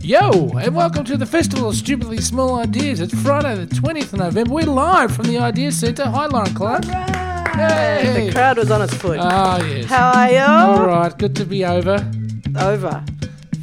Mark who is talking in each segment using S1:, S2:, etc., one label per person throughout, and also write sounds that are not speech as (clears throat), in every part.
S1: Yo, and welcome to the Festival of Stupidly Small Ideas. It's Friday, the 20th of November. We're live from the Idea Centre. Hi, Lauren Clark. Hey.
S2: The crowd was on its foot.
S1: Ah, yes.
S2: How are
S1: All
S2: you?
S1: right, good to be over.
S2: Over.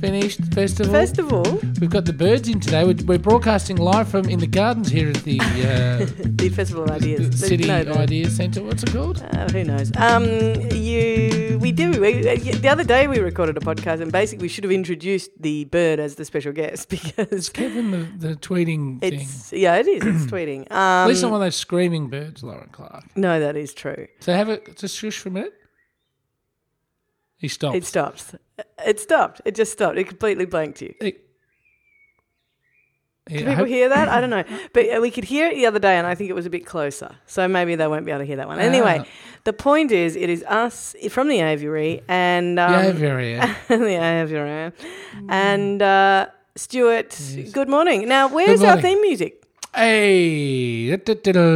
S1: Finished festival.
S2: First of all,
S1: We've got the birds in today. We're, we're broadcasting live from in the gardens here at
S2: (laughs)
S1: the, uh,
S2: the Festival of
S1: the
S2: Ideas.
S1: City
S2: No, no.
S1: Idea Centre. What's it called?
S2: Uh, who knows? Um, you, we do. We, uh, the other day we recorded a podcast, and basically we should have introduced the bird as the special guest (laughs) because
S1: Give them the, the tweeting thing.
S2: it's yeah, it is. It's tweeting.
S1: (clears throat) At least I'm
S2: Um,
S1: one of those screaming birds, Lauren Clark.
S2: no, that is true.
S1: So have it just shush for a minute. He stopped.
S2: It stops. It stopped. It just stopped. It completely blanked you.
S1: It- Yeah,
S2: Do
S1: I
S2: people
S1: hope-
S2: hear that? I don't know. But uh, we could hear it the other day, and I think it was a bit closer. So maybe they won't be able to hear that one. Anyway,
S1: Ah.
S2: the point is, it is us from the aviary and um,
S1: Yeah, very, yeah.
S2: (laughs) the aviary
S1: Mm.
S2: and uh, Stuart. Good morning. Now, where's our
S1: morning.
S2: theme music?
S1: Hey,
S2: No,
S1: no,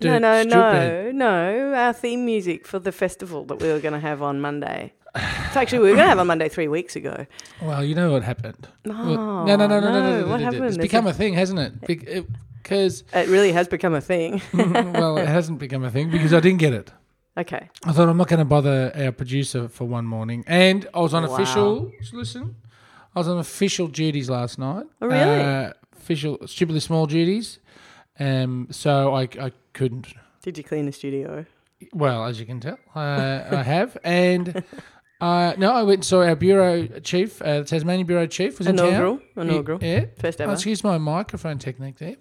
S2: no, no, no. Our theme music for the festival that we were going to have on Monday. It's actually we were going to have on Monday three weeks ago.
S1: Well, you know what happened. No,
S2: Oh, No,
S1: no, no, no, no, no,
S2: no,
S1: no, no,
S2: what
S1: no.
S2: happened?
S1: It's
S2: There's
S1: become
S2: a-
S1: a thing, hasn't it?
S2: (laughs)
S1: Because
S2: It really has become a thing. (laughs)
S1: well, it hasn't become a thing because I didn't get it.
S2: okay.
S1: I thought I'm not going to bother our producer for one morning, and I was on
S2: Wow.
S1: official. Listen, I was on official duties last night.
S2: Oh, really?
S1: Uh, official, stupidly small duties. Um, so I, I couldn't.
S2: Did you clean the studio?
S1: Well, as you can tell, uh, I have, and uh, no, I went and saw our bureau chief, uh, the Tasmanian bureau chief, was
S2: Inaugural.
S1: in town.
S2: Inaugural. Mm-hmm.
S1: yeah.
S2: First
S1: Oh,
S2: ever.
S1: excuse my microphone technique there,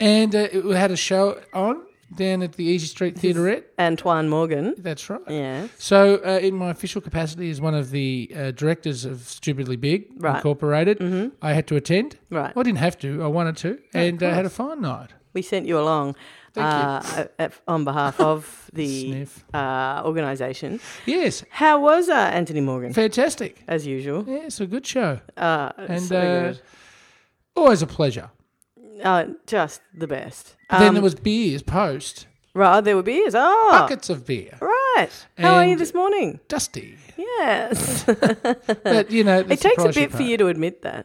S1: and uh, it- we had a show on down at the Easy Street Theatreette.
S2: Antoine Morgan.
S1: That's right.
S2: Yes.
S1: So, uh, in my official capacity as one of the uh, directors of Stupidly Big
S2: Right. Mm-hmm.
S1: Incorporated, I had to attend.
S2: Right.
S1: Well, I didn't have to. I wanted to, and uh, had a fine night.
S2: We sent you along
S1: Thank
S2: uh, at- on behalf
S1: (laughs)
S2: of the
S1: Sniff.
S2: uh, organisation.
S1: Yes,
S2: How was uh, Anthony Morgan?
S1: fantastic.
S2: As usual.
S1: Yeah, it's a good show,
S2: Uh,
S1: and
S2: so
S1: uh, always a pleasure.
S2: good. Uh, just the best.
S1: But then
S2: Um,
S1: there was beers post
S2: right, there were beers. Oh,
S1: buckets of beer,
S2: right. How are you
S1: And-
S2: this
S1: (laughs)
S2: morning?
S1: dusty.
S2: (laughs) Yes. (laughs)
S1: But you know,
S2: it
S1: that's the
S2: takes a
S1: price
S2: bit for
S1: pay.
S2: you to admit that.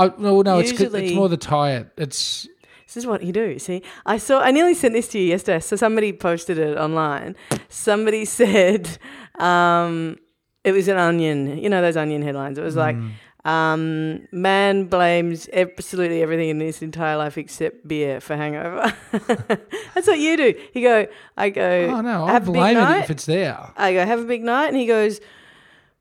S1: I, no, no, it's, it's
S2: Usually-
S1: more the tired. It's
S2: This is what you do. you See, I saw. I nearly sent this to you yesterday. So somebody posted it online. Somebody (laughs) said um, it was an onion. You know those onion headlines. It was like
S1: Mm.
S2: um, man blames absolutely everything in his entire life except beer for hangover. (laughs) That's what you do. You go. I go.
S1: oh no, I
S2: have a big
S1: blame it
S2: night.
S1: if it's there.
S2: I go have a big night, and he goes.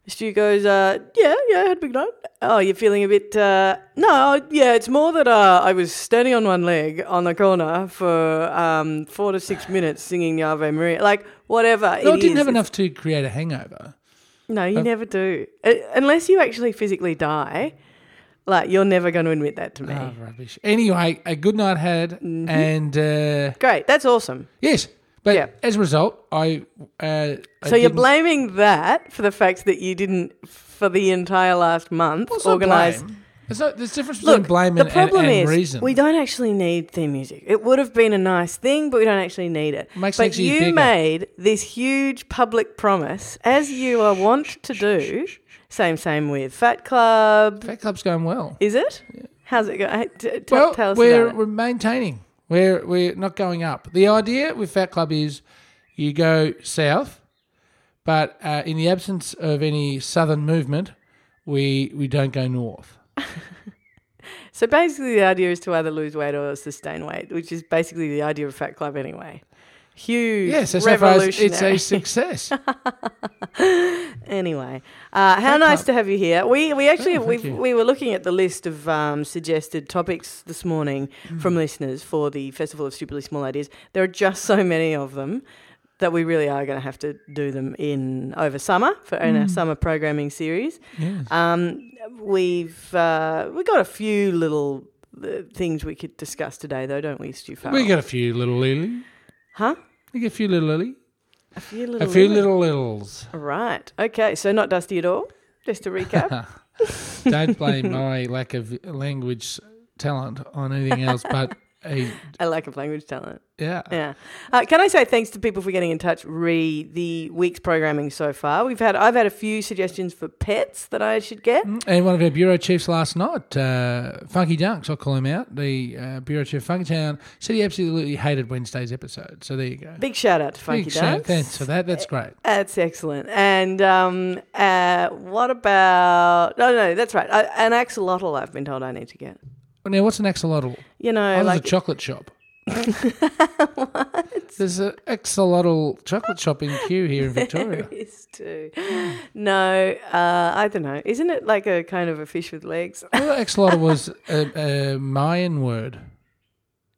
S2: Stu goes, uh, yeah, yeah, I had a big night. Oh, you're feeling a bit, uh, no, yeah, it's more that uh, I was standing on one leg on the corner for um, four to six minutes singing the Ave Maria, like whatever.
S1: No,
S2: it
S1: I didn't
S2: is.
S1: have enough to create a hangover.
S2: No, you never do, Uh, unless you actually physically die. Like you're never going to admit that to me.
S1: Oh, rubbish. Anyway, a good night had,
S2: Mm-hmm.
S1: and uh,
S2: Great, that's awesome.
S1: yes, but
S2: Yeah.
S1: as a result, I. Uh, I
S2: So you're
S1: didn't-
S2: blaming that for the fact that you didn't, for the entire last month,
S1: Well, it's not
S2: organise
S1: blame. It's not, there's a difference between
S2: Look,
S1: blame
S2: the
S1: and, and,
S2: problem
S1: and
S2: is
S1: reason.
S2: we don't actually need theme music. It would have been a nice thing, but we don't actually need it.
S1: Makes it
S2: but
S1: actually
S2: you
S1: bigger.
S2: made this huge public promise, as you are wont to do. Same, same with Fat Club.
S1: Fat Club's going well.
S2: Is it? How's it going? T- t-
S1: well,
S2: tell us
S1: we're,
S2: about it.
S1: we're maintaining. We're, we're not going up. The idea with Fat Club is you go south, but uh, in the absence of any southern movement, we, we don't go north.
S2: So basically, the idea is to either lose weight or sustain weight, which is basically the idea of Fat Club anyway. Huge
S1: Yes, so far as
S2: revolutionary.
S1: it's a
S2: (laughs)
S1: success.
S2: Anyway, uh, how nice to have you here. We we actually
S1: Oh,
S2: we
S1: thank you.
S2: we were looking at the list of um, suggested topics this morning
S1: Mm.
S2: from listeners for the Festival of Stupidly Small Ideas. There are just so many of them that we really are going to have to do them in over summer for in
S1: Mm.
S2: our summer programming series.
S1: Yes.
S2: Um, we've uh, we got a few little uh, things we could discuss today, though, don't we, Stu? Farrell?
S1: we got a few little lily.
S2: huh?
S1: We got a few little lily.
S2: A few little
S1: A few little
S2: (laughs)
S1: littles.
S2: right. Okay, so not dusty at all. Just
S1: (laughs)
S2: to recap.
S1: Don't blame my lack of language talent on anything else but He,
S2: A lack of language talent.
S1: yeah.
S2: Yeah. Uh, can I say thanks to people for getting in touch re the week's programming so far? We've had I've had a few suggestions for pets that I should get.
S1: And one of our bureau chiefs last night, uh, Funky Dunks, I'll call him out, the uh, bureau chief of Funkytown, said he absolutely hated Wednesday's episode. So there you go.
S2: Big shout out to Funky Eh.
S1: Big shout-
S2: Dance.
S1: Thanks for that. That's great.
S2: That's excellent. And um, uh, what about? No, no, that's right. I, an axolotl. I've been told I need to get.
S1: Now, what's an axolotl?
S2: You know,
S1: Oh, there's a
S2: like
S1: chocolate shop.
S2: (laughs)
S1: There's an axolotl chocolate shop in Kew here in Victoria.
S2: (laughs) there is too. No, uh, I don't know. Isn't it like a kind of a fish with legs? (laughs)
S1: well, axolotl was a, a Mayan word.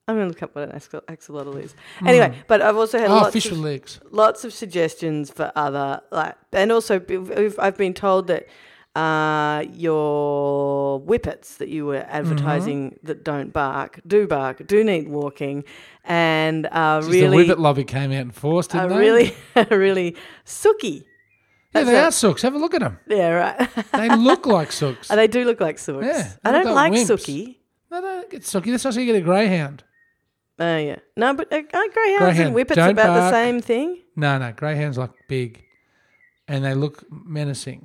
S2: I'm gonna look up what an axol- axolotl is. Anyway, but I've also had
S1: Hmm. Oh,
S2: lots
S1: fish
S2: of,
S1: with legs.
S2: lots of suggestions for other like and also b- we've- i've been told that uh, your whippets that you
S1: Mm-hmm.
S2: were advertising that don't bark do bark do need walking and are
S1: Geez, the
S2: really
S1: Whippet lobby came out in force,
S2: are
S1: didn't they?
S2: really (laughs) are really sooky
S1: Yeah, they
S2: That's
S1: are sooks. Have a look at them.
S2: yeah right (laughs)
S1: They look like sooks.
S2: And they do look like sooks
S1: Yeah,
S2: i
S1: they look
S2: don't
S1: like
S2: like
S1: wimps.
S2: sookie
S1: No, no, it's sooky. That's not how you get a greyhound.
S2: oh yeah no but uh, aren't greyhounds
S1: Greyhound,
S2: and whippets
S1: don't
S2: about the
S1: bark.
S2: same thing
S1: No, no, greyhounds look big, and they look menacing.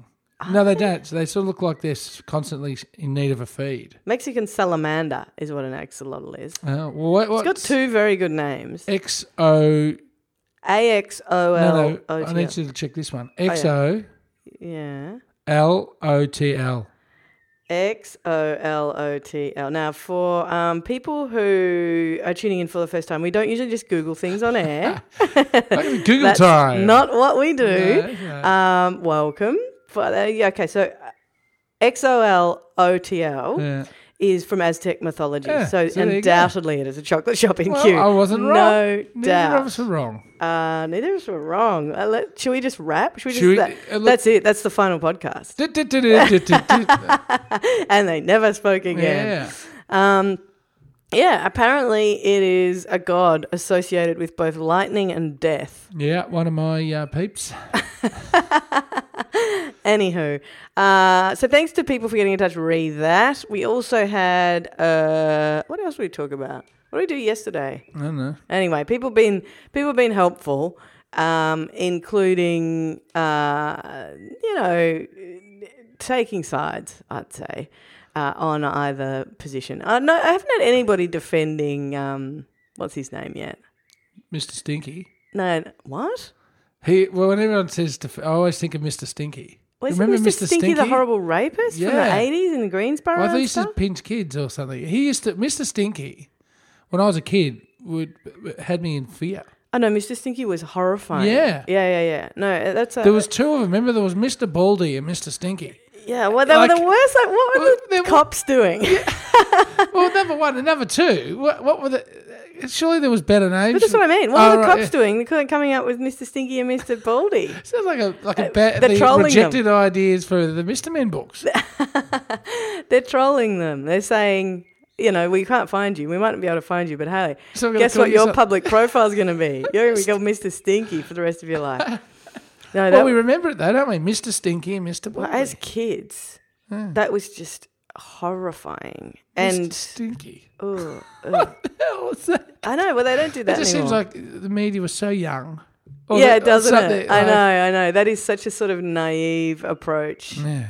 S1: No,
S2: Oh.
S1: they don't. So they sort of look like they're s- constantly in need of a feed.
S2: mexican salamander is what an axolotl is
S1: Uh, well, what,
S2: it's got two very good names
S1: X O.
S2: A X O
S1: No,
S2: L Oh,
S1: no.
S2: O
S1: I
S2: T
S1: need
S2: L.
S1: you to check this one. X O
S2: Yeah.
S1: L O T L.
S2: X O L O T L. Now, for um, people who are tuning in for the first time, we don't usually just Google things
S1: (laughs)
S2: on air. (laughs)
S1: Google
S2: That's
S1: time.
S2: not what we do.
S1: No, no.
S2: Um, welcome. But, uh, yeah, okay, so X O L O T L
S1: Yeah.
S2: is from Aztec mythology.
S1: Yeah,
S2: so,
S1: so there you go.
S2: undoubtedly, it is a chocolate shop in
S1: Well,
S2: Kew.
S1: I wasn't wrong.
S2: No
S1: Neither of
S2: doubt.
S1: us are wrong.
S2: Uh, neither of us were wrong. Uh, let, should we just wrap? Should we just?
S1: Should we-
S2: that-
S1: uh, look-
S2: that's it. That's the final podcast.
S1: Du- du- du- du- du- du- du-
S2: (laughs) and they never spoke (laughs)
S1: Yeah.
S2: again. Um, yeah, apparently it is a god associated with both lightning and death.
S1: Yeah, one of my uh, peeps.
S2: Anywho, uh, so thanks to people for getting in touch. Re that. We also had uh, what else did we talk about? What did we do yesterday?
S1: I don't know.
S2: Anyway, people been people been helpful, um, including uh, you know taking sides. I'd say uh, on either position. Uh, no, I haven't had anybody defending um, what's his name yet.
S1: Mr. Stinky.
S2: No, no- what?
S1: He well, when everyone says, def- I always think of Mr. Stinky.
S2: Was Remember Mr. Stinky, the horrible rapist from
S1: Yeah.
S2: the eighties in the Greensboro?
S1: Well, I thought he
S2: and
S1: used
S2: stuff?
S1: to pinch kids or something. He used to Mr. Stinky. When I was a kid, would had me in fear.
S2: Oh no, Mr. Stinky was horrifying.
S1: Yeah.
S2: yeah, yeah, yeah. No, that's a,
S1: There was two of them. Remember, there was Mr. Baldy and Mr.
S2: (laughs)
S1: Stinky.
S2: yeah. Well, they were
S1: like-
S2: the worst. Like, what were
S1: Well,
S2: the
S1: they were-
S2: cops doing?
S1: Well, number one and number two. What, what were the? Surely there was better names.
S2: But that's what I mean. What are
S1: Oh,
S2: the
S1: right,
S2: cops
S1: yeah.
S2: doing? They couldn't coming up with Mr. Stinky and Mr. Baldy.
S1: Sounds like a like a bad.
S2: Uh, they're
S1: the
S2: trolling them.
S1: rejected ideas for the Mr. Men
S2: (laughs)
S1: books.
S2: They're trolling them. They're saying, you know, we can't find you. We might not be able to find you, but hey,
S1: So we're gonna
S2: guess
S1: call
S2: what
S1: you
S2: your
S1: some-
S2: public profile's going
S1: (laughs)
S2: to be? You're going to be called Mr. Stinky for the rest of your life. No, that,
S1: Well, we remember it though, don't we? Mr. Stinky and Mr. Baldy.
S2: as kids,
S1: Hmm.
S2: that was just horrifying.
S1: Mr.
S2: And
S1: Stinky. (laughs)
S2: oh,
S1: Hell, what's that?
S2: I know, well, they don't do that
S1: It just
S2: anymore.
S1: seems like the media was so young. Or
S2: yeah,
S1: the-
S2: it
S1: or
S2: doesn't
S1: something,
S2: it? I
S1: like-
S2: know, I know. That is such a sort of naive approach
S1: Yeah.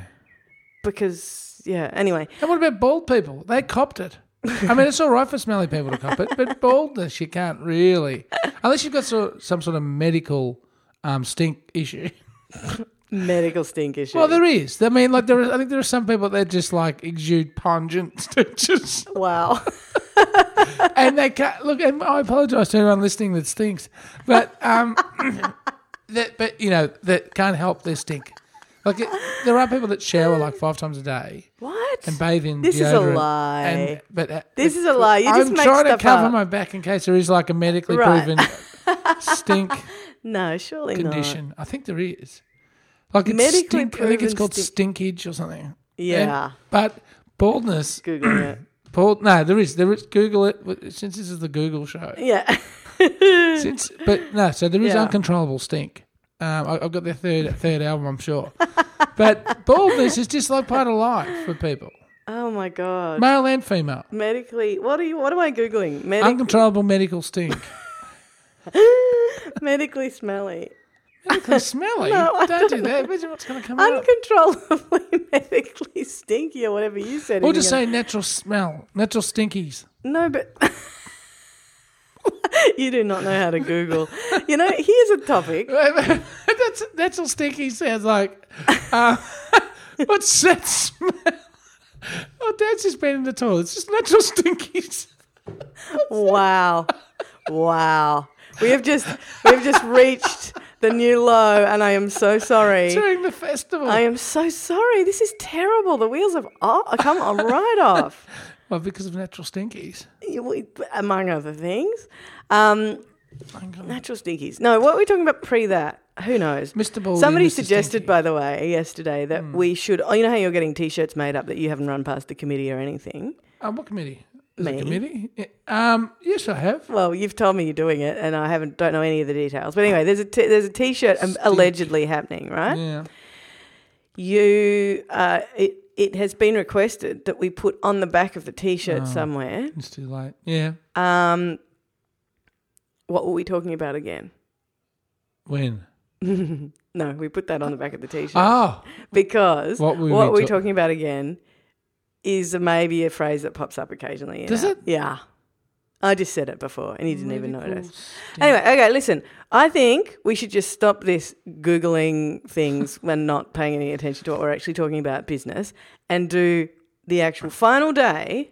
S2: because, yeah, anyway.
S1: And what about bald people? They copped it. I mean, it's all right for smelly people to cop it, but baldness you can't really, unless you've got so, some sort of medical um, stink
S2: (laughs)
S1: issue.
S2: Medical stink issue.
S1: Well, there is. I mean, like there is. I think there are some people that just like exude pungent (laughs) stenches,
S2: wow.
S1: and they can't look. And I apologise to anyone listening that stinks, but
S2: (laughs)
S1: um, that but you know that can't help their stink. Like it, there are people that shower like five times a day.
S2: (laughs) What?
S1: and bathe in
S2: This is a
S1: deodorant
S2: lie.
S1: and- but uh,
S2: This is a lie. You just
S1: I'm
S2: make
S1: trying to
S2: stuff
S1: cover
S2: up.
S1: my back in case there is like a medically
S2: Right.
S1: proven
S2: (laughs)
S1: stink
S2: no, surely not.
S1: condition. I think there is. Like it's
S2: Medically
S1: stink, I think it's
S2: proven
S1: called
S2: stink-
S1: stinkage or something.
S2: Yeah.
S1: And- but baldness, (clears throat)
S2: Googling it.
S1: bald. No, there is. There is. Google it. w- Since this is the Google show.
S2: Yeah. (laughs)
S1: Since, but no. So there is
S2: Yeah.
S1: uncontrollable stink. Um, I, I've got their third third album, I'm sure. but baldness is just like part of life for people.
S2: Oh my god.
S1: Male and female.
S2: Medically, what are you? What am I googling? Medic-
S1: Uncontrollable medical stink.
S2: (laughs)
S1: (laughs)
S2: medically smelly,
S1: Medically smelly.
S2: (laughs) No, I
S1: don't, do that. Imagine what's going to come out.
S2: uncontrollably (laughs) medically stinky, or whatever you said.
S1: Or
S2: Isn't
S1: just
S2: it?
S1: say natural smell, natural stinkies. (laughs)
S2: no, but (laughs) you do not know how to Google. You know, here's a topic.
S1: that's natural stinkies sounds like. Uh, (laughs) what's that smell? Oh, Dad's just been in the toilet. It's just natural (laughs) stinkies.
S2: Wow, wow. We have just we have just reached the new low, and I am so sorry.
S1: during the festival.
S2: I am so sorry. This is terrible. The wheels have o- come right off.
S1: well, because of natural stinkies.
S2: You- among other things. Um,
S1: I'm gonna-
S2: natural stinkies. No, what were we talking about pre that? Who knows?
S1: Mr. Baldy,
S2: Somebody
S1: Mr.
S2: suggested,
S1: Stinky.
S2: by the way, yesterday that we should. Oh, you know how you're getting T-shirts made up that you haven't run past the committee or anything.
S1: Uh, what committee? Is
S2: Me.
S1: it committee? Yeah, Um, yes, I have.
S2: Well, you've told me you're doing it, and I haven't don't know any of the details. But anyway, there's a t- there's a T-shirt um, allegedly happening, right?
S1: Yeah. Mm-hmm.
S2: You uh, it it has been requested that we put on the back of the T-shirt
S1: Oh.
S2: somewhere.
S1: It's too late. Yeah.
S2: Um, what were we talking about again?
S1: When?
S2: No, we put that on the back of the T-shirt.
S1: Oh,
S2: because
S1: What
S2: what,
S1: were we
S2: we're
S1: ta-
S2: talking about again is maybe a phrase that pops up occasionally. in
S1: Does
S2: our-
S1: it?
S2: Yeah. I just said it before and you didn't even
S1: Medical
S2: notice.
S1: stink.
S2: Anyway, okay, listen. I think we should just stop this Googling things when not paying any attention to what we're actually talking about business and do the actual final day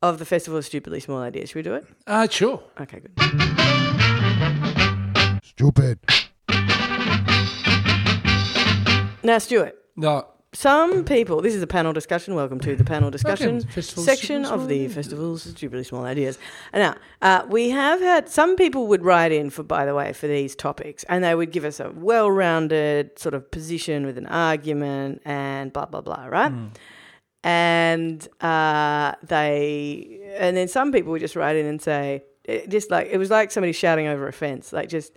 S2: of the Festival of Stupidly Small Ideas. Should we do it?
S1: Uh, sure.
S2: Okay, good.
S3: Stupid.
S2: Now, Stuart,
S1: No.
S2: some people this is a panel discussion welcome to the panel discussion
S1: to Festival of Stupidly
S2: section of
S1: Small
S2: the
S1: Ideas.
S2: festivals of jubilee small ideas now uh, we have had some people would write in for by the way for these topics and they would give us a well-rounded sort of position with an argument and blah blah blah right and uh, they and then some people would just write in and say it just like it was like somebody shouting over a fence like just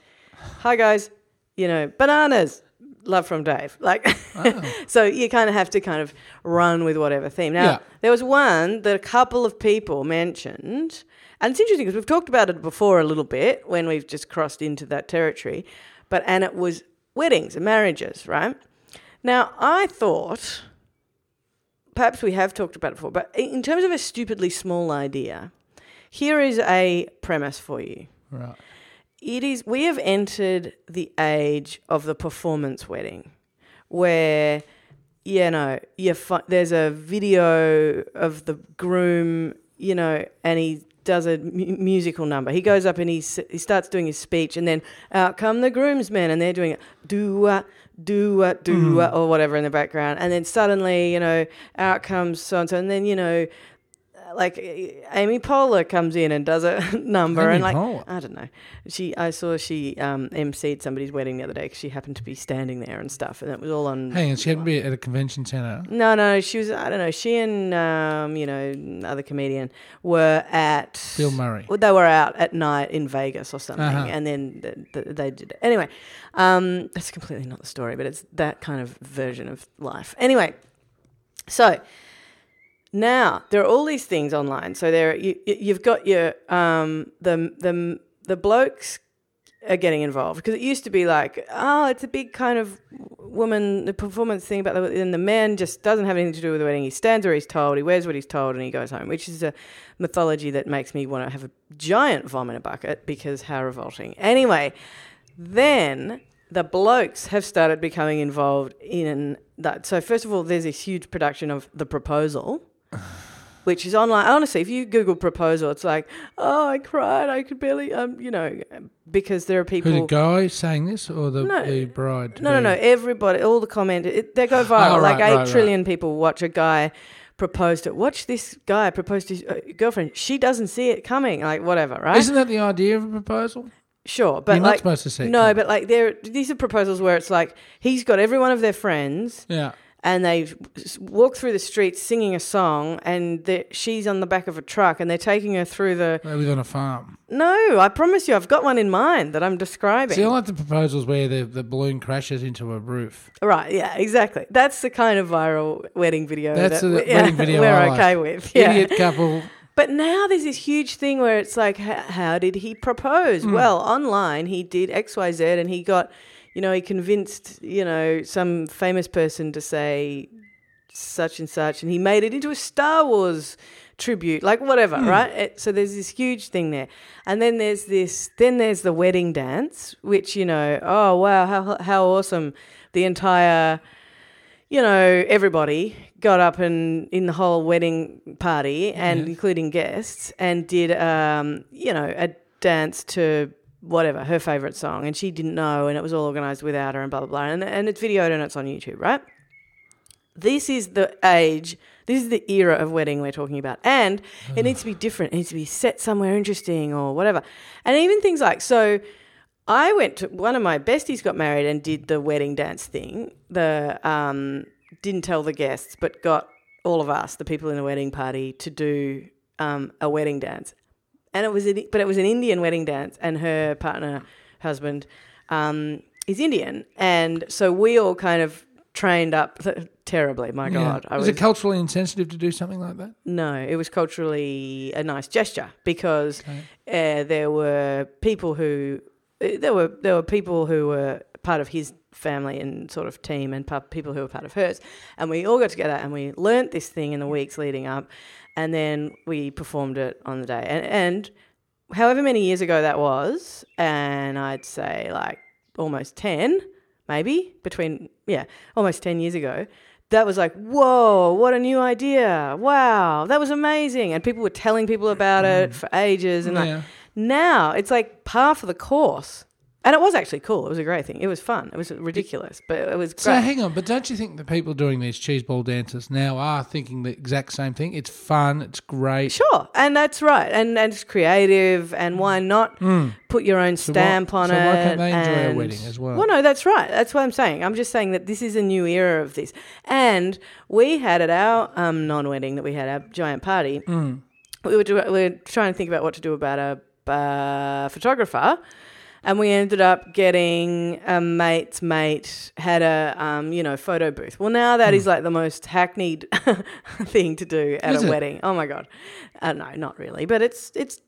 S2: hi guys you know bananas love from dave like (laughs) so you kind of have to kind of run with whatever theme now
S1: Yeah.
S2: there was one that a couple of people mentioned and it's interesting because we've talked about it before a little bit when we've just crossed into that territory but and it was weddings and marriages right now i thought perhaps we have talked about it before, but in terms of a stupidly small idea, here is a premise for you.
S1: Right.
S2: It is we have entered the age of the performance wedding, where you know you fi- there's a video of the groom, you know, and he does a mu- musical number. He goes up and he s- he starts doing his speech, and then out come the groomsmen, and they're doing it do uh, do uh, do uh, or whatever in the background, and then suddenly you know out comes so and so, and then you know like Amy Poehler comes in and does a (laughs) number
S1: Amy
S2: and like
S1: Poehler?
S2: I don't know. She I saw she um emceed somebody's wedding the other day because she happened to be standing there and stuff, and it was all on.
S1: Hang on. She hadn't been at a convention centre.
S2: No, no, she was. I don't know. She and um, you know, other comedian were at
S1: Bill Murray.
S2: well, they were out at night in Vegas or something,
S1: Uh-huh.
S2: and then th- th- they did it. Anyway, um, that's completely not the story, but it's that kind of version of life. Anyway, so now there are all these things online. So there, you, you- you've got your um, the the the blokes are getting involved because it used to be like, oh, it's a big kind of woman the performance thing about the then the man just doesn't have anything to do with the wedding. He stands where he's told, he wears what he's told, and he goes home, which is a mythology that makes me want to have a giant vom in a bucket because how revolting. Anyway, then the blokes have started becoming involved in that. So first of all, there's this huge production of the proposal which is online. Honestly, if you Google proposal, it's like, oh, I cried. I could barely, um, you know, because there are people.
S1: Who the guy saying this or the,
S2: No.
S1: the bride?
S2: no, no, no. Everybody, all the comment, it, they go viral.
S1: Oh,
S2: like eight
S1: right,
S2: trillion
S1: right,
S2: people watch a guy propose to. Watch this guy propose to his uh, girlfriend. She doesn't see it coming. Like whatever, right?
S1: Isn't that the idea of a proposal?
S2: Sure, but
S1: You're not
S2: like
S1: supposed to see it
S2: no,
S1: coming.
S2: but like there, these are proposals where it's like he's got every one of their friends
S1: Yeah.
S2: and they s- walk through the streets singing a song, and they're- she's on the back of a truck, and they're taking her through the.
S1: They live on a farm.
S2: No, I promise you, I've got one in mind that I'm describing.
S1: See, I like the proposals where the, the balloon crashes into a roof.
S2: Right, yeah, exactly. That's the kind of viral wedding video
S1: That's
S2: that
S1: the
S2: we- (laughs)
S1: wedding video
S2: we're
S1: I like.
S2: okay with. Yeah.
S1: Idiot couple.
S2: But now there's this huge thing where it's like, h- how did he propose?
S1: Hmm.
S2: Well, online he did X, Y, Z, and he got, you know, he convinced, you know, some famous person to say such and such, and he made it into a Star Wars tribute, like whatever, right? It, so there's this huge thing there, and then there's this, then there's the wedding dance, which you know, oh wow, how how awesome! The entire you know, everybody got up and in the whole wedding party and including guests and did, um, you know, a dance to whatever her favorite song, and she didn't know, and it was all organized without her, and blah blah blah, and and it's videoed and it's on YouTube, right? This is the age. This is the era of wedding we're talking about, and it needs to be different. It needs to be set somewhere interesting or whatever, and even things like so. I went to one of my besties got married and did the wedding dance thing. The um, didn't tell the guests, but got all of us, the people in the wedding party, to do um, a wedding dance. And it was, an, but it was an Indian wedding dance, and her partner, husband, um, is Indian, and so we all kind of trained up terribly. (laughs) My God,
S1: Yeah. Is it culturally insensitive to do something like that?
S2: no, it was culturally a nice gesture because uh, there were people who uh, there were there were people who were part of his family and sort of team and pu- people who were part of hers, and we all got together and we learnt this thing in the weeks leading up, and then we performed it on the day and and however many years ago that was, and I'd say like almost 10, maybe between, yeah, almost 10 years ago, that was like, whoa, what a new idea. Wow, that was amazing. And people were telling people about it for ages. And
S1: Yeah.
S2: like, now it's like par for the course. And it was actually cool. It was a great thing. It was fun. It was ridiculous, but it was
S1: So
S2: great.
S1: hang on, but don't you think the people doing these cheese ball dances now are thinking the exact same thing? It's fun, it's great.
S2: Sure, and that's right, and and it's creative, and why not put your own
S1: why-
S2: stamp
S1: Mm.
S2: on
S1: so
S2: it?
S1: why can't they enjoy a
S2: and-
S1: wedding as well?
S2: Well, no, that's right. That's what I'm saying. I'm just saying that this is a new era of this, and we had at our um, non-wedding that we had our giant party.
S1: Mm.
S2: We were do- we were trying to think about what to do about a uh, photographer. And we ended up getting a mate's mate had a um, you know photo booth. Well, now
S1: Hmm.
S2: that is like the most hackneyed (laughs) thing to do at
S1: Is
S2: a
S1: it?
S2: wedding. Oh my god! Uh, no, not really, but it's it's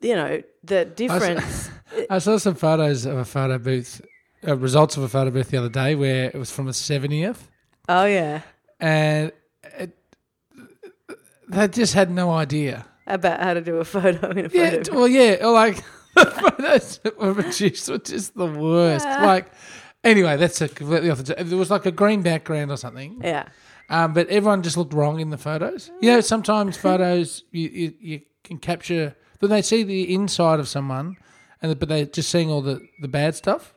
S2: you know
S1: (laughs)
S2: the difference.
S1: I saw some photos of a photo booth, uh, results of a photo booth the other day where it was from a 70th
S2: oh yeah,
S1: and it, they just had no idea.
S2: about how to do a photo in a photo.
S1: Yeah,
S2: booth.
S1: well, yeah, or like (laughs) the photos that were produced were just the worst. Like, anyway, that's a completely off the. There was like a green background or something.
S2: yeah,
S1: Um, but everyone just looked wrong in the photos. You know,
S2: Mm. (laughs)
S1: sometimes photos you, you, you can capture, but they see the inside of someone, and but they're just seeing all the, the bad stuff.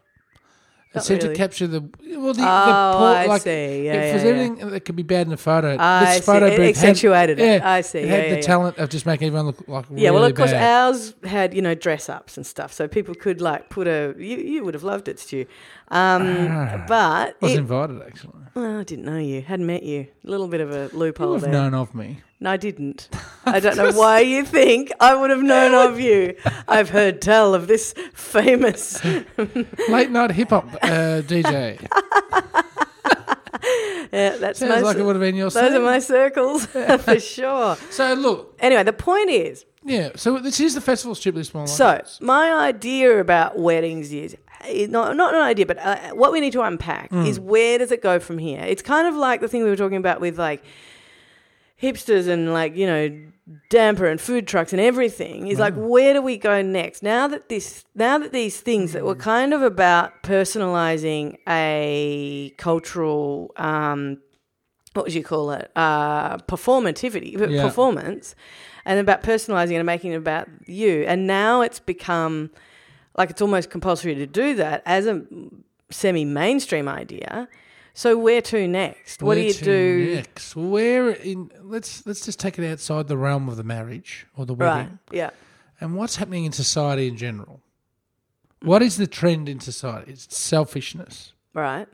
S1: It
S2: Not
S1: seemed
S2: really.
S1: to capture the well the,
S2: Oh,
S1: the poor,
S2: I
S1: like
S2: see. Yeah,
S1: if there's
S2: yeah,
S1: anything that could be bad in a photo,
S2: I
S1: this
S2: see.
S1: photo
S2: It
S1: booth had-
S2: accentuated it. I see.
S1: It had
S2: Yeah,
S1: the
S2: yeah, yeah.
S1: talent of just making everyone look like really
S2: yeah. Well, of course, uh,
S1: bad.
S2: ours had you know dress ups and stuff, so people could like put a. You, you would have loved it, Stu.
S1: Ah.
S2: Um, but
S1: I was
S2: it,
S1: invited actually.
S2: well, I didn't know you. Hadn't met you. A little bit of a
S1: You
S2: loophole
S1: have
S2: there.
S1: known of me.
S2: No, I didn't.
S1: (laughs)
S2: I don't know why you think I would have known of you. I've heard tell of this famous.
S1: Late night hip hop
S2: (laughs)
S1: uh, DJ.
S2: Yeah, that's
S1: Sounds
S2: most,
S1: like it would have been your
S2: those are
S1: scene.
S2: my circles (laughs) for sure.
S1: So look,
S2: Anyway, the point is,
S1: yeah. So this is the festival stupidly small.
S2: so
S1: Ideas.
S2: my idea about weddings is is not not an idea, but uh, what we need to unpack is where does it go from here? It's kind of like the thing we were talking about with like hipsters and like you know damper and food trucks and everything is
S1: Mm.
S2: like where do we go next now that this now that these things that were
S1: Mm.
S2: kind of about personalizing a cultural um what would you call it uh performativity but
S1: Yeah.
S2: performance and about personalizing it and making it about you and now it's become like it's almost compulsory to do that as a semi mainstream idea so where to next what do
S1: Where
S2: you
S1: to
S2: do
S1: next? Where in let's let's just take it outside the realm of the marriage or the wedding,
S2: right yeah
S1: and what's happening in society in general. What is the trend in society? It's selfishness.
S2: Right.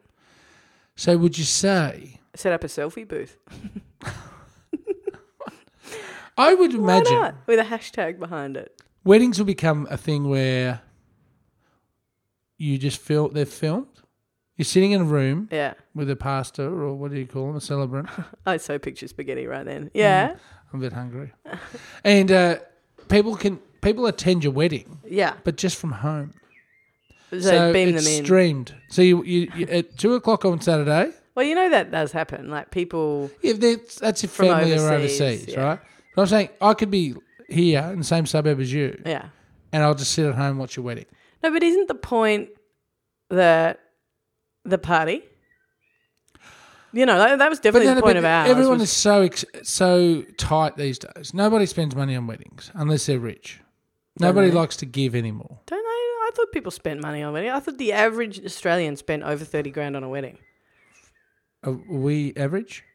S1: So would you say
S2: set up a selfie booth.
S1: I would imagine
S2: Why not? With a hashtag behind it.
S1: weddings will become a thing where you just feel they're filmed. You're sitting in a room
S2: Yeah.
S1: with a pastor or what do you call them, a celebrant. (laughs)
S2: I so picture spaghetti right
S1: Mm.
S2: then. Yeah.
S1: I'm a bit hungry, and uh, people can people attend your wedding,
S2: Yeah.
S1: but just from home.
S2: So,
S1: so
S2: beam
S1: it's
S2: them in.
S1: streamed. So you, you, you at two o'clock on Saturday,
S2: well, you know that does happen. Like people.
S1: if that's, that's your
S2: From
S1: family or
S2: overseas,
S1: overseas,
S2: yeah.
S1: right? But I'm saying I could be here in the same suburb as you,
S2: Yeah.
S1: and I'll just sit at home and watch your wedding.
S2: No, but isn't the point that the party? You know, that, that was
S1: But
S2: definitely
S1: no,
S2: the
S1: no,
S2: point
S1: but
S2: of ours.
S1: everyone
S2: was-
S1: is so ex- so tight these days. Nobody spends money on weddings unless they're rich. Nobody
S2: they?
S1: likes to give anymore.
S2: Don't they? I thought people spent money on weddings. I thought the average Australian spent over thirty grand on a wedding.
S1: Are we average?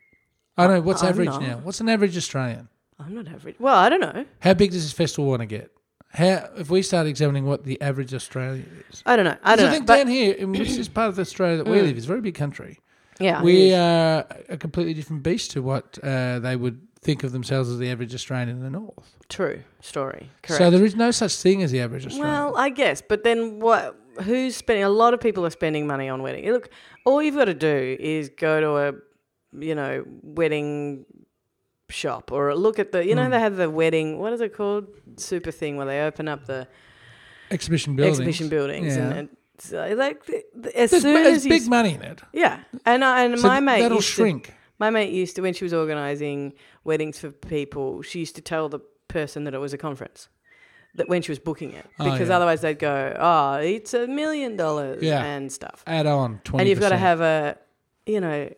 S1: I know what's
S2: I'm
S1: average
S2: not.
S1: now. What's an average Australian?
S2: I'm not average. Well, I don't know.
S1: How big does this festival want to get? How if we start examining what the average Australian is?
S2: I don't know.
S1: So
S2: I don't
S1: I
S2: know.
S1: think
S2: But Mm.
S1: down here, in which is part of Australia that we live, is a very big country.
S2: yeah,
S1: We uh, are a completely different beast to what uh, they would think of themselves as the average Australian in the north.
S2: true story. Correct.
S1: So there is no such thing as the average Australian.
S2: Well, I guess, but then what? Who's spending? A lot of people are spending money on wedding. Look, all you've got to do is go to a, you know, wedding shop or look at the. You
S1: Hmm.
S2: know, they have the wedding. What is it called? Super thing where they open up the
S1: exhibition buildings.
S2: exhibition buildings
S1: Yeah.
S2: and. and so, like th- th- as
S1: There's,
S2: soon
S1: ma- there's
S2: as you
S1: big
S2: s-
S1: money in it.
S2: yeah, and I, and
S1: So
S2: my
S1: th-
S2: mate
S1: that'll
S2: used to-
S1: shrink.
S2: my mate used to, when she was organising weddings for people, she used to tell the person that it was a conference. That when she was booking it,
S1: Oh,
S2: because
S1: yeah.
S2: otherwise they'd go, "Oh, it's a million dollars
S1: Yeah.
S2: and stuff,"
S1: Add on 20
S2: and you've got to have a, you know,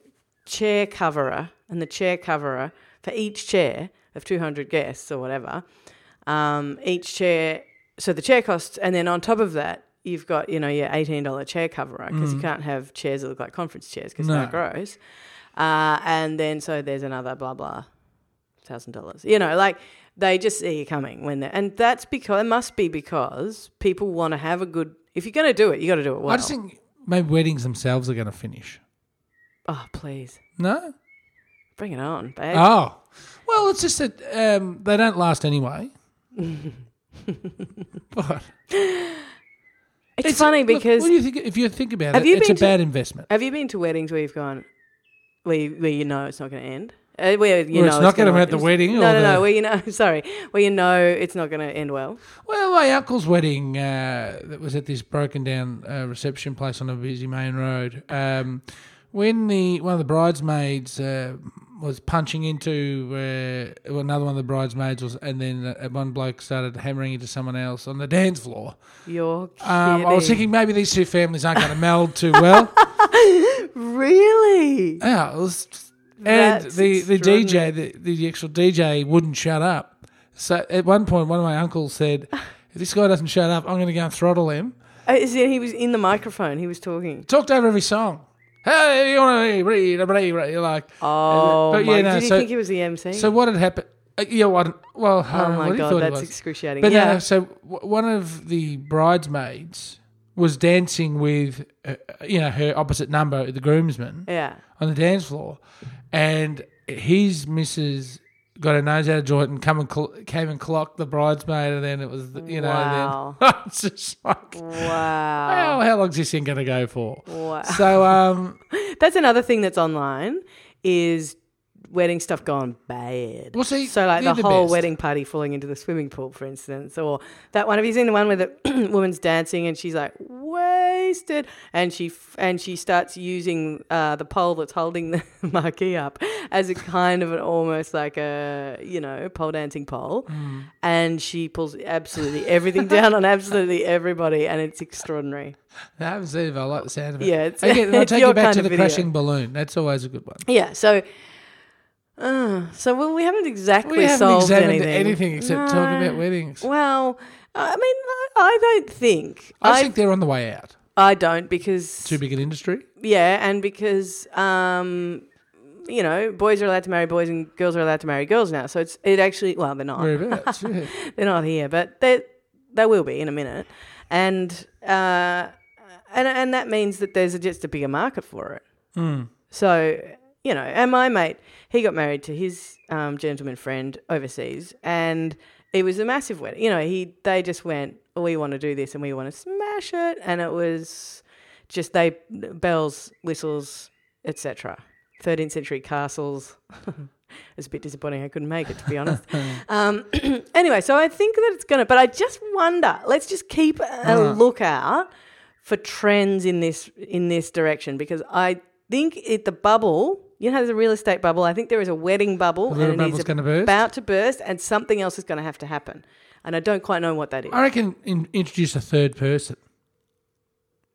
S2: chair coverer and the chair coverer for each chair of two hundred guests or whatever. Um, each chair, so the chair costs, and then on top of that, you've got you know your eighteen dollar chair coverer because you can't have chairs that look like conference chairs because
S1: Mm. No.
S2: they're gross. Uh, and then so there's another blah blah thousand dollars. You know, like they just see you coming when they're and that's because it must be because people want to have a good if you're gonna do it, you gotta do it well.
S1: I just think maybe weddings themselves are going to finish.
S2: oh please.
S1: No?
S2: Bring it on, babe.
S1: Oh. Well, it's just that um, they don't last anyway. (laughs) but
S2: (laughs) it's, funny
S1: Look,
S2: because
S1: what do you think, if you think about
S2: Have
S1: it,
S2: you
S1: it's a
S2: been to-
S1: bad investment.
S2: have you been to weddings where you've gone where you, where you know it's not gonna end? Uh, where you
S1: Where
S2: know
S1: it's not gonna
S2: gonna end-
S1: end at the wedding or
S2: No, no,
S1: the-
S2: no. Where you know, (laughs) sorry, where you know it's not going to end well.
S1: Well, my uncle's wedding uh, that was at this broken down uh, reception place on a busy main road. Um, when the one of the bridesmaids uh, was punching into uh, another one of the bridesmaids, was, and then uh, one bloke started hammering into someone else on the dance floor.
S2: You're kidding.
S1: Um, I was thinking maybe these two families aren't going to meld too
S2: (laughs)
S1: well.
S2: really?
S1: Yeah, it was- and
S2: That's
S1: the, the
S2: extraordinary.
S1: DJ, the, the actual DJ, wouldn't shut up. So at one point, one of my uncles said, "If this guy doesn't shut up, I'm going to go and throttle him."
S2: Uh, is it- he was in the microphone. He was talking.
S1: talked over every song. Hey, you want to read, read, read, like.
S2: Oh,
S1: Uh, But,
S2: my,
S1: yeah, no,
S2: did you
S1: so-
S2: think he was the MC?
S1: So what had happened? Uh, yeah, what? Well, um,
S2: oh
S1: what
S2: my
S1: do you thought
S2: god,
S1: it
S2: that's
S1: was?
S2: excruciating.
S1: But
S2: yeah,
S1: no, so w- one of the bridesmaids was dancing with, uh, you know, her opposite number, the groomsman, (laughs)
S2: yeah.
S1: on the dance floor, and his missus got her nose out of joint and come and cl- came and clocked the bridesmaid, and then it was, the, you know,
S2: Wow.
S1: then (laughs) it's just like,
S2: Wow.
S1: well, how long's this thing going to go for?
S2: Wow.
S1: So um.
S2: That's another thing that's online is wedding stuff gone bad.
S1: Well, see,
S2: so like
S1: they're
S2: the,
S1: the
S2: whole
S1: best.
S2: wedding party falling into the swimming pool, for instance, or that one. Have you seen the one where the (clears throat) woman's dancing and she's like wasted, and she f- and she starts using uh, the pole that's holding the (laughs) marquee up as a kind of an almost like a you know pole dancing pole,
S1: Mm.
S2: and she pulls absolutely everything down on absolutely everybody, and it's extraordinary.
S1: I haven't seen it, but I like the sound of it.
S2: Yeah, it's-
S1: Again,
S2: (laughs)
S1: I'll
S2: it's
S1: take
S2: your
S1: you back
S2: kind
S1: to
S2: of
S1: the
S2: video.
S1: crashing balloon. That's always a good one.
S2: Yeah, so uh, so well, we haven't exactly
S1: We haven't
S2: solved
S1: examined anything,
S2: anything.
S1: except
S2: No.
S1: talking about weddings.
S2: Well, I mean, I- I don't think
S1: I,
S2: I
S1: think they're on the way out.
S2: I don't because
S1: Too big an industry.
S2: yeah, and because um, you know, boys are allowed to marry boys and girls are allowed to marry girls now. So it's it actually well they're not (laughs)
S1: Whereabouts? yeah.
S2: they're not here, but they they will be in a minute, and
S1: Hmm.
S2: uh, and and that means that there's just a bigger market for it. So you know, and my mate, he got married to his um, gentleman friend overseas, and it was a massive wedding. You know, he they just went, we want to do this and we want to smash it, and it was just they bells, whistles, etc. Thirteenth century castles. (laughs) it's a bit disappointing I couldn't make it to
S1: (laughs)
S2: be honest. um, (clears throat) anyway, so I think that it's gonna, but I just wonder. Let's just keep a
S1: Uh-huh.
S2: lookout for trends in this in this direction because I think it the bubble. You know, how there's a real estate bubble. I think there is a wedding bubble,
S1: The little
S2: and it is
S1: bubble's gonna burst.
S2: about to burst, and something else is going to have to happen. And I don't quite know what that is.
S1: I reckon in, introduce a third person.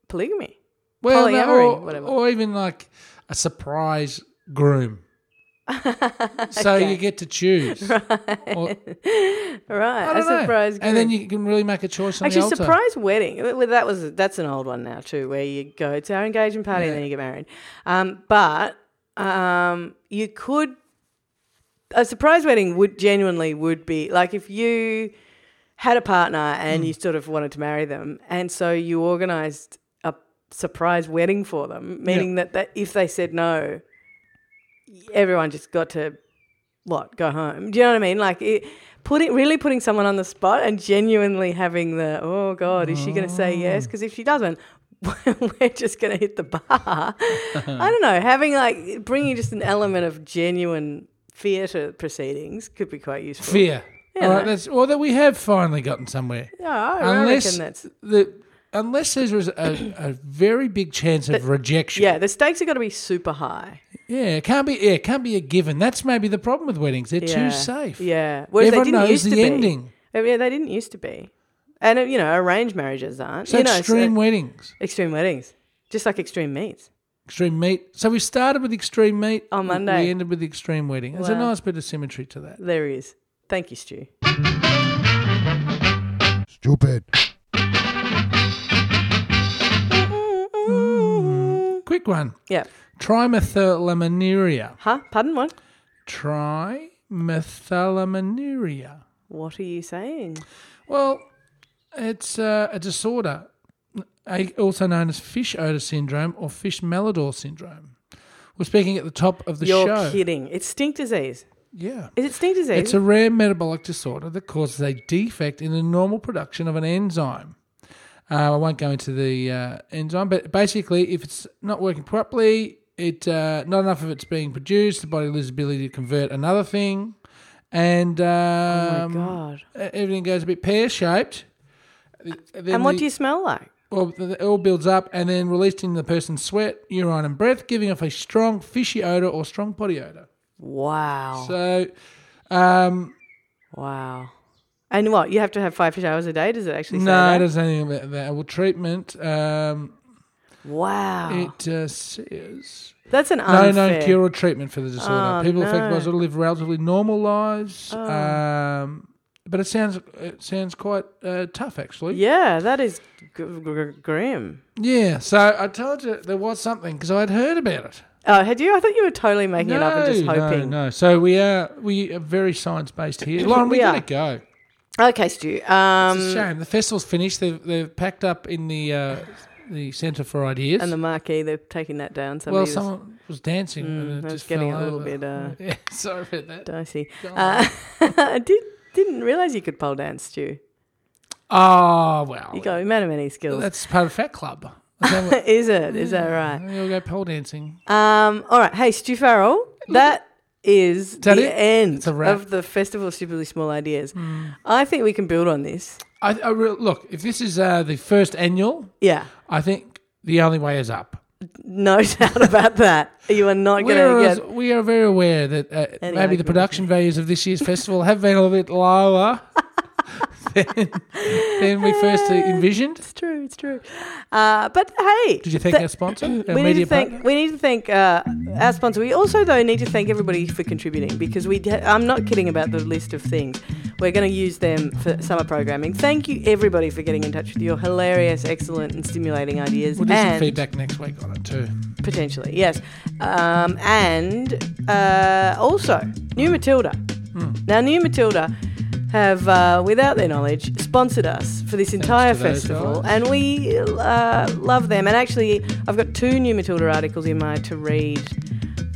S2: Polygamy.
S1: Well, no,
S2: Polyamory,
S1: or,
S2: whatever.
S1: or even like a surprise
S2: (laughs)
S1: groom. so you get to choose. Or-
S2: All right,
S1: I
S2: a
S1: don't know.
S2: surprise.
S1: And then
S2: group.
S1: you can really make a choice on
S2: actually
S1: the altar.
S2: surprise wedding. Well, That was that's an old one now too, where you go to our engagement party and then you get married. Um, but um, you could a surprise wedding would genuinely would be like if you had a partner and you sort of wanted to marry them, and so you organised a surprise wedding for them, meaning that, that if they said no, everyone just got to what go home. Do you know what I mean? Like it, putting really putting someone on the spot and genuinely having the oh god, is she going to say yes? Because if she doesn't. (laughs) We're just going to hit the bar. (laughs) I don't know. Having like bringing just an element of genuine fear to proceedings could be quite useful.
S1: Fear.
S2: Yeah.
S1: All right, that's well that we have finally gotten somewhere.
S2: Yeah, I
S1: Unless
S2: reckon that's
S1: the unless there was a, a very big chance of rejection.
S2: yeah. The stakes are going to be super high.
S1: Yeah, it can't be yeah, it can't be a given. That's maybe the problem with weddings. They're
S2: Yeah.
S1: too safe.
S2: Yeah, whereas
S1: Everyone
S2: they didn't
S1: knows
S2: used
S1: the
S2: to be.
S1: ending.
S2: Oh, Yeah, they didn't used to be, and uh, you know, arranged marriages aren't.
S1: So
S2: you know, so-
S1: extreme weddings.
S2: extreme weddings, just like extreme meets.
S1: Extreme meat. So we started with extreme meat.
S2: On
S1: we-
S2: Monday.
S1: We ended with extreme wedding. There's a
S2: Wow.
S1: nice bit of symmetry to that.
S2: There is. Thank you, Stu.
S3: Stupid.
S1: Mm. Quick one.
S2: Yeah.
S1: Trimethylaminuria.
S2: Huh? Pardon what?
S1: Trimethylaminuria.
S2: What are you saying?
S1: Well, it's uh, a disorder, a- also known as fish odor syndrome or fish malodor syndrome. We're speaking at the top of the
S2: You're
S1: show.
S2: kidding. It's stink disease.
S1: Yeah.
S2: Is it stink disease?
S1: It's a rare metabolic disorder that causes a defect in the normal production of an enzyme. Uh, I won't go into the uh, enzyme, but basically, if it's not working properly, it uh, not enough of it's being produced, the body loses ability to convert another thing,
S2: Oh
S1: and um,
S2: God.
S1: everything goes a bit pear shaped.
S2: and what do you smell like?
S1: Well, th- it all builds up and then released in the person's sweat, urine, and breath, giving off a strong fishy odor or strong body odor.
S2: Wow.
S1: So, um,
S2: wow. And what? You have to have five fish hours a day? Does it actually say
S1: no, it
S2: that?
S1: doesn't anything about that. Well, treatment, um,
S2: Wow.
S1: it uh, says
S2: That's an
S1: no
S2: Oh. unfair.
S1: known cure or treatment for the disorder.
S2: Oh,
S1: People affected by
S2: no. Oh.
S1: the disorder live relatively normal lives, um, but it sounds it sounds quite uh, tough actually.
S2: Yeah, that is g- gr grim.
S1: Yeah, so I told you there was something because I'd heard about it.
S2: Oh, had you? I thought you were totally making it up and just hoping.
S1: No, no. So we are we are very science based here. Lauren, we,
S2: We
S1: gotta
S2: are.
S1: go.
S2: Okay, Stu. Um,
S1: It's a shame. The festival's finished. They've they've packed up in the uh, the centre for ideas.
S2: and the marquee, they're taking that down. Somebody
S1: well,
S2: was
S1: someone was dancing and it
S2: I Mm, was
S1: just
S2: getting
S1: fell
S2: a little
S1: over.
S2: bit, uh,
S1: (laughs) yeah, sorry about that.
S2: dicey. Uh, (laughs) I did, didn't realize you could pole dance, Stu.
S1: Oh well,
S2: You got many, many skills. (laughs)
S1: that's part of Fat Club. Is that what-
S2: is it? Is that right?
S1: You'll go pole dancing.
S2: Um, all right. Hey,
S1: (laughs)
S2: Stu Farrell, that is
S1: that
S2: the
S1: it?
S2: end
S1: a wrap. Mm.
S2: of the Festival of Stupidly Small Ideas. I think we can build on this.
S1: I, I re- look if this is uh, the first annual.
S2: Yeah.
S1: I think the only way is up.
S2: No (laughs) doubt about that. You are not
S1: We
S2: going
S1: are,
S2: to
S1: as-
S2: get.
S1: we are very aware that uh,
S2: Any
S1: maybe the
S2: argument.
S1: production values of this year's festival have been a little bit
S2: (laughs)
S1: lower than, than we first envisioned.
S2: It's true. It's true. Uh, but hey,
S1: Did you thank
S2: th-
S1: our sponsor, our
S2: we need
S1: media
S2: to thank
S1: partner?
S2: we need to thank uh, our sponsor. We also though need to thank everybody for contributing because we d- I'm not kidding about the list of things. We're going to use them for summer programming. Thank you everybody for getting in touch with your hilarious, excellent, and stimulating ideas.
S1: We'll do some
S2: and
S1: feedback next week on it too.
S2: potentially yes, um, and uh, also New Matilda.
S1: Hmm,
S2: Now New Matilda. Have, uh, without their knowledge, sponsored us for this entire
S1: to those
S2: festival,
S1: guys.
S2: and we uh, love them. And actually, I've got two new Matilda articles in my to read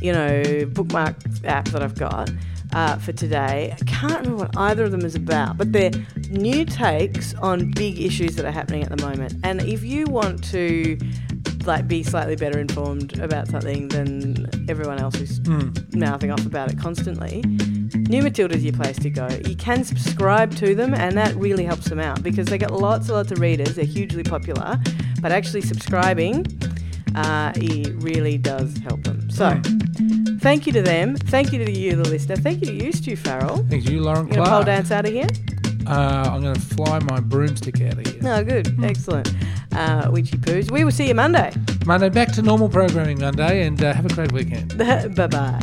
S2: you know, bookmark app that I've got uh, for today. I can't remember what either of them is about, but they're new takes on big issues that are happening at the moment. And if you want to like be slightly better informed about something than everyone else who's
S1: hmm.
S2: mouthing off about it constantly. New Matilda's your place to go. You can subscribe to them, and that really helps them out because they get lots and lots of readers. They're hugely popular, but actually subscribing, uh, it really does help them. So, thank you to them. Thank you to you, the listener. Thank you to you, Stu Farrell.
S1: Thank you, Lauren
S2: You gonna pole
S1: Clark.
S2: dance out of here?
S1: Uh, I'm going to fly my broomstick out of here.
S2: No, Oh, good, excellent. Uh, Witchy poos. We will see you Monday. (laughs)
S1: Monday, back to normal programming Monday, and uh, have a great weekend.
S2: bye bye.